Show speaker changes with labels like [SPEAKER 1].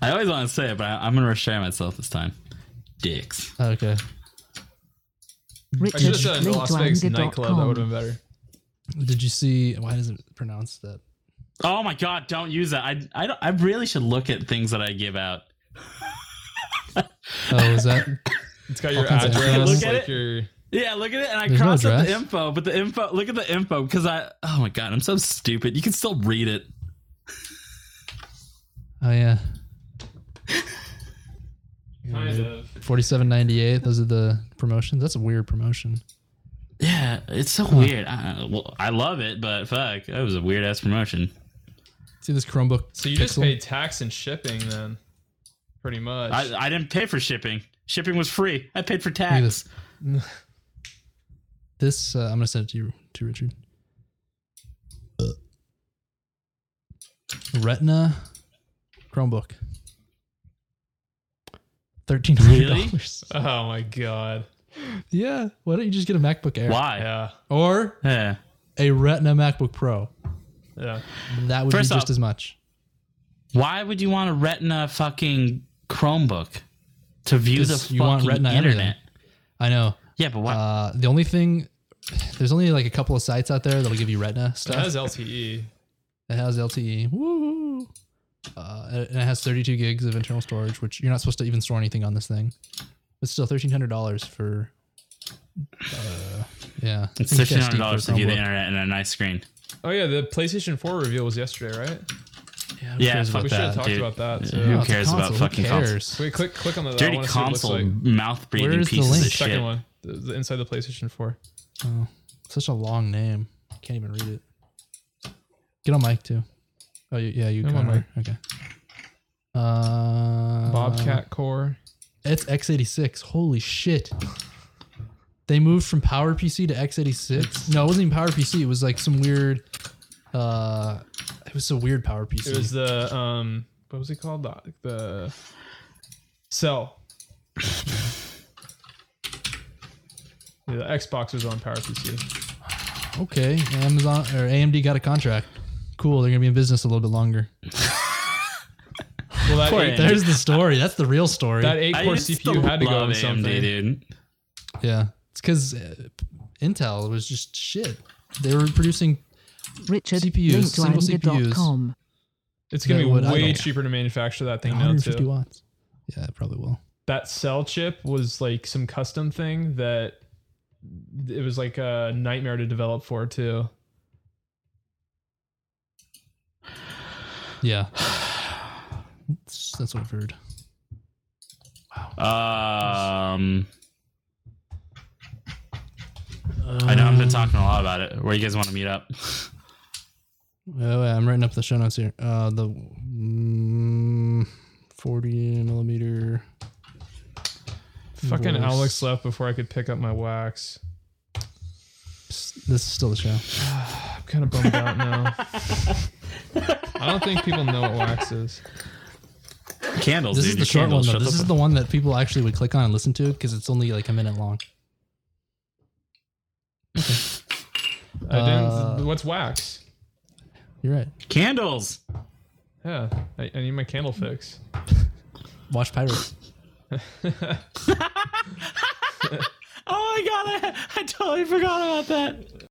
[SPEAKER 1] I always want to say it, but I, I'm going to restrain myself this time. Dicks.
[SPEAKER 2] Okay.
[SPEAKER 3] I should have said in Las Vegas nightclub. That would have been better.
[SPEAKER 2] Did you see? Why does it pronounce that?
[SPEAKER 1] Oh my god! Don't use that. I I, don't- I really should look at things that I give out.
[SPEAKER 2] Oh, is that?
[SPEAKER 3] It's got your
[SPEAKER 2] All kinds of
[SPEAKER 3] address,
[SPEAKER 1] Look at
[SPEAKER 3] like
[SPEAKER 1] it.
[SPEAKER 3] your
[SPEAKER 1] Yeah, look at it, and I
[SPEAKER 2] There's no
[SPEAKER 1] cross out the
[SPEAKER 2] address?
[SPEAKER 1] info, but the info. Look at the info because I. Oh my god! I'm so stupid. You can still read it.
[SPEAKER 2] Oh yeah.
[SPEAKER 3] kind of.
[SPEAKER 2] Forty-seven ninety-eight. Those are the promotions. That's a weird promotion.
[SPEAKER 1] Yeah, it's so weird. I, well, I love it, but fuck, that was a weird ass promotion.
[SPEAKER 2] See this Chromebook.
[SPEAKER 3] So you just
[SPEAKER 2] Pixel?
[SPEAKER 3] paid tax and shipping then, pretty much.
[SPEAKER 1] I, I didn't pay for shipping. Shipping was free. I paid for
[SPEAKER 2] Look at
[SPEAKER 1] tax.
[SPEAKER 2] this. This uh, I'm gonna send it to you, to Richard. Uh. Retina Chromebook. Thirteen hundred dollars.
[SPEAKER 3] oh my god.
[SPEAKER 2] Yeah. Why don't you just get a MacBook Air
[SPEAKER 1] Why?
[SPEAKER 3] Yeah.
[SPEAKER 2] or
[SPEAKER 1] Yeah.
[SPEAKER 2] a Retina MacBook Pro?
[SPEAKER 3] Yeah.
[SPEAKER 2] That would
[SPEAKER 1] First
[SPEAKER 2] be
[SPEAKER 1] off-
[SPEAKER 2] just as much.
[SPEAKER 1] Why would you want a Retina fucking Chromebook to view the
[SPEAKER 2] 'Cause
[SPEAKER 1] fucking
[SPEAKER 2] you want Retina
[SPEAKER 1] internet?
[SPEAKER 2] everything. I know.
[SPEAKER 1] Yeah, but why?
[SPEAKER 2] Uh, the only thing there's only like a couple of sites out there that'll give you Retina
[SPEAKER 3] That
[SPEAKER 2] stuff.
[SPEAKER 3] has E. LTE.
[SPEAKER 2] It has LTE. Woo! Uh, and it has 32 gigs of internal storage, which you're not supposed to even store anything on this thing. But still, thirteen hundred dollars for. Uh, yeah,
[SPEAKER 1] it's
[SPEAKER 2] I
[SPEAKER 1] fifteen
[SPEAKER 2] think that's
[SPEAKER 1] hundred
[SPEAKER 2] steep for a
[SPEAKER 1] dollars to view the
[SPEAKER 2] Chromebook.
[SPEAKER 1] internet and a nice screen.
[SPEAKER 3] Oh yeah, the PlayStation 4 reveal was yesterday, right?
[SPEAKER 2] Yeah, who
[SPEAKER 1] Yeah,
[SPEAKER 2] cares
[SPEAKER 1] fuck
[SPEAKER 3] we
[SPEAKER 2] about
[SPEAKER 3] should
[SPEAKER 1] that,
[SPEAKER 3] have talked
[SPEAKER 1] dude.
[SPEAKER 3] about that.
[SPEAKER 1] Yeah. Who
[SPEAKER 3] So.
[SPEAKER 2] it's a
[SPEAKER 1] cares about
[SPEAKER 2] console.
[SPEAKER 1] fucking consoles?
[SPEAKER 3] Wait, click click on the
[SPEAKER 1] Dirty
[SPEAKER 3] I wanna see
[SPEAKER 1] console,
[SPEAKER 3] what it looks
[SPEAKER 1] mouth breathing
[SPEAKER 2] Where's the
[SPEAKER 1] pieces
[SPEAKER 2] link?
[SPEAKER 1] of
[SPEAKER 3] like. Second
[SPEAKER 1] shit.
[SPEAKER 3] one, the, the inside the PlayStation 4.
[SPEAKER 2] Such a long name. Can't even read it. Get on mic too. Oh you, yeah, you.
[SPEAKER 3] I'm on
[SPEAKER 2] Connor. Okay. Uh,
[SPEAKER 3] Bobcat Core.
[SPEAKER 2] It's x86. Holy shit. They moved from PowerPC to x86. No, it wasn't even PowerPC. It was like some weird. Uh, it was a weird PowerPC.
[SPEAKER 3] It was the um, what was it called? The, the cell. yeah, the Xbox was on PowerPC.
[SPEAKER 2] okay, Amazon or AMD got a contract. Cool, they're gonna be in business a little bit longer.
[SPEAKER 3] Well, that
[SPEAKER 1] Poor
[SPEAKER 3] eight,
[SPEAKER 1] Andy.
[SPEAKER 2] There's the story. That's the real story.
[SPEAKER 3] that eight
[SPEAKER 1] I
[SPEAKER 3] core
[SPEAKER 1] used to
[SPEAKER 3] CPU had to go
[SPEAKER 1] love
[SPEAKER 3] on something.
[SPEAKER 1] AMD, dude.
[SPEAKER 2] yeah, it's because uh, Intel was just shit. They were producing.
[SPEAKER 4] Richard,
[SPEAKER 2] CPUs,
[SPEAKER 4] link to
[SPEAKER 2] single CPUs.
[SPEAKER 4] anger.com.
[SPEAKER 3] It's gonna
[SPEAKER 2] That
[SPEAKER 3] be
[SPEAKER 2] would- I
[SPEAKER 3] way
[SPEAKER 2] don't-
[SPEAKER 3] cheaper to manufacture that thing now
[SPEAKER 2] 150
[SPEAKER 3] too.
[SPEAKER 2] watts. Yeah, it probably will.
[SPEAKER 3] That cell chip was like some custom thing that it was like a nightmare to develop for too.
[SPEAKER 2] Yeah, that's, that's what I've heard.
[SPEAKER 1] Um, I know I've been talking a lot about it. Where you guys want to meet up?
[SPEAKER 2] Oh, yeah, I'm writing up the show notes here. Uh, the mm, 40 millimeter.
[SPEAKER 3] Fucking
[SPEAKER 2] Voice.
[SPEAKER 3] Alex left before I could pick up my wax.
[SPEAKER 2] This is still the show.
[SPEAKER 3] I'm kind of bummed out now. I don't think people know what wax is.
[SPEAKER 1] Candles,
[SPEAKER 2] This
[SPEAKER 1] dude.
[SPEAKER 2] is the
[SPEAKER 1] your
[SPEAKER 2] short one
[SPEAKER 1] candles.
[SPEAKER 2] though.
[SPEAKER 1] Shut
[SPEAKER 2] This
[SPEAKER 1] the
[SPEAKER 2] is
[SPEAKER 1] fuck-
[SPEAKER 2] the one that people actually would click on and listen to because it's only like a minute long.
[SPEAKER 3] I
[SPEAKER 2] Uh,
[SPEAKER 3] didn't. What's wax?
[SPEAKER 2] You're right.
[SPEAKER 1] candles.
[SPEAKER 3] Yeah, I, I need my candle fix.
[SPEAKER 2] Watch Pirates.
[SPEAKER 1] Oh my god, I, I totally forgot about that.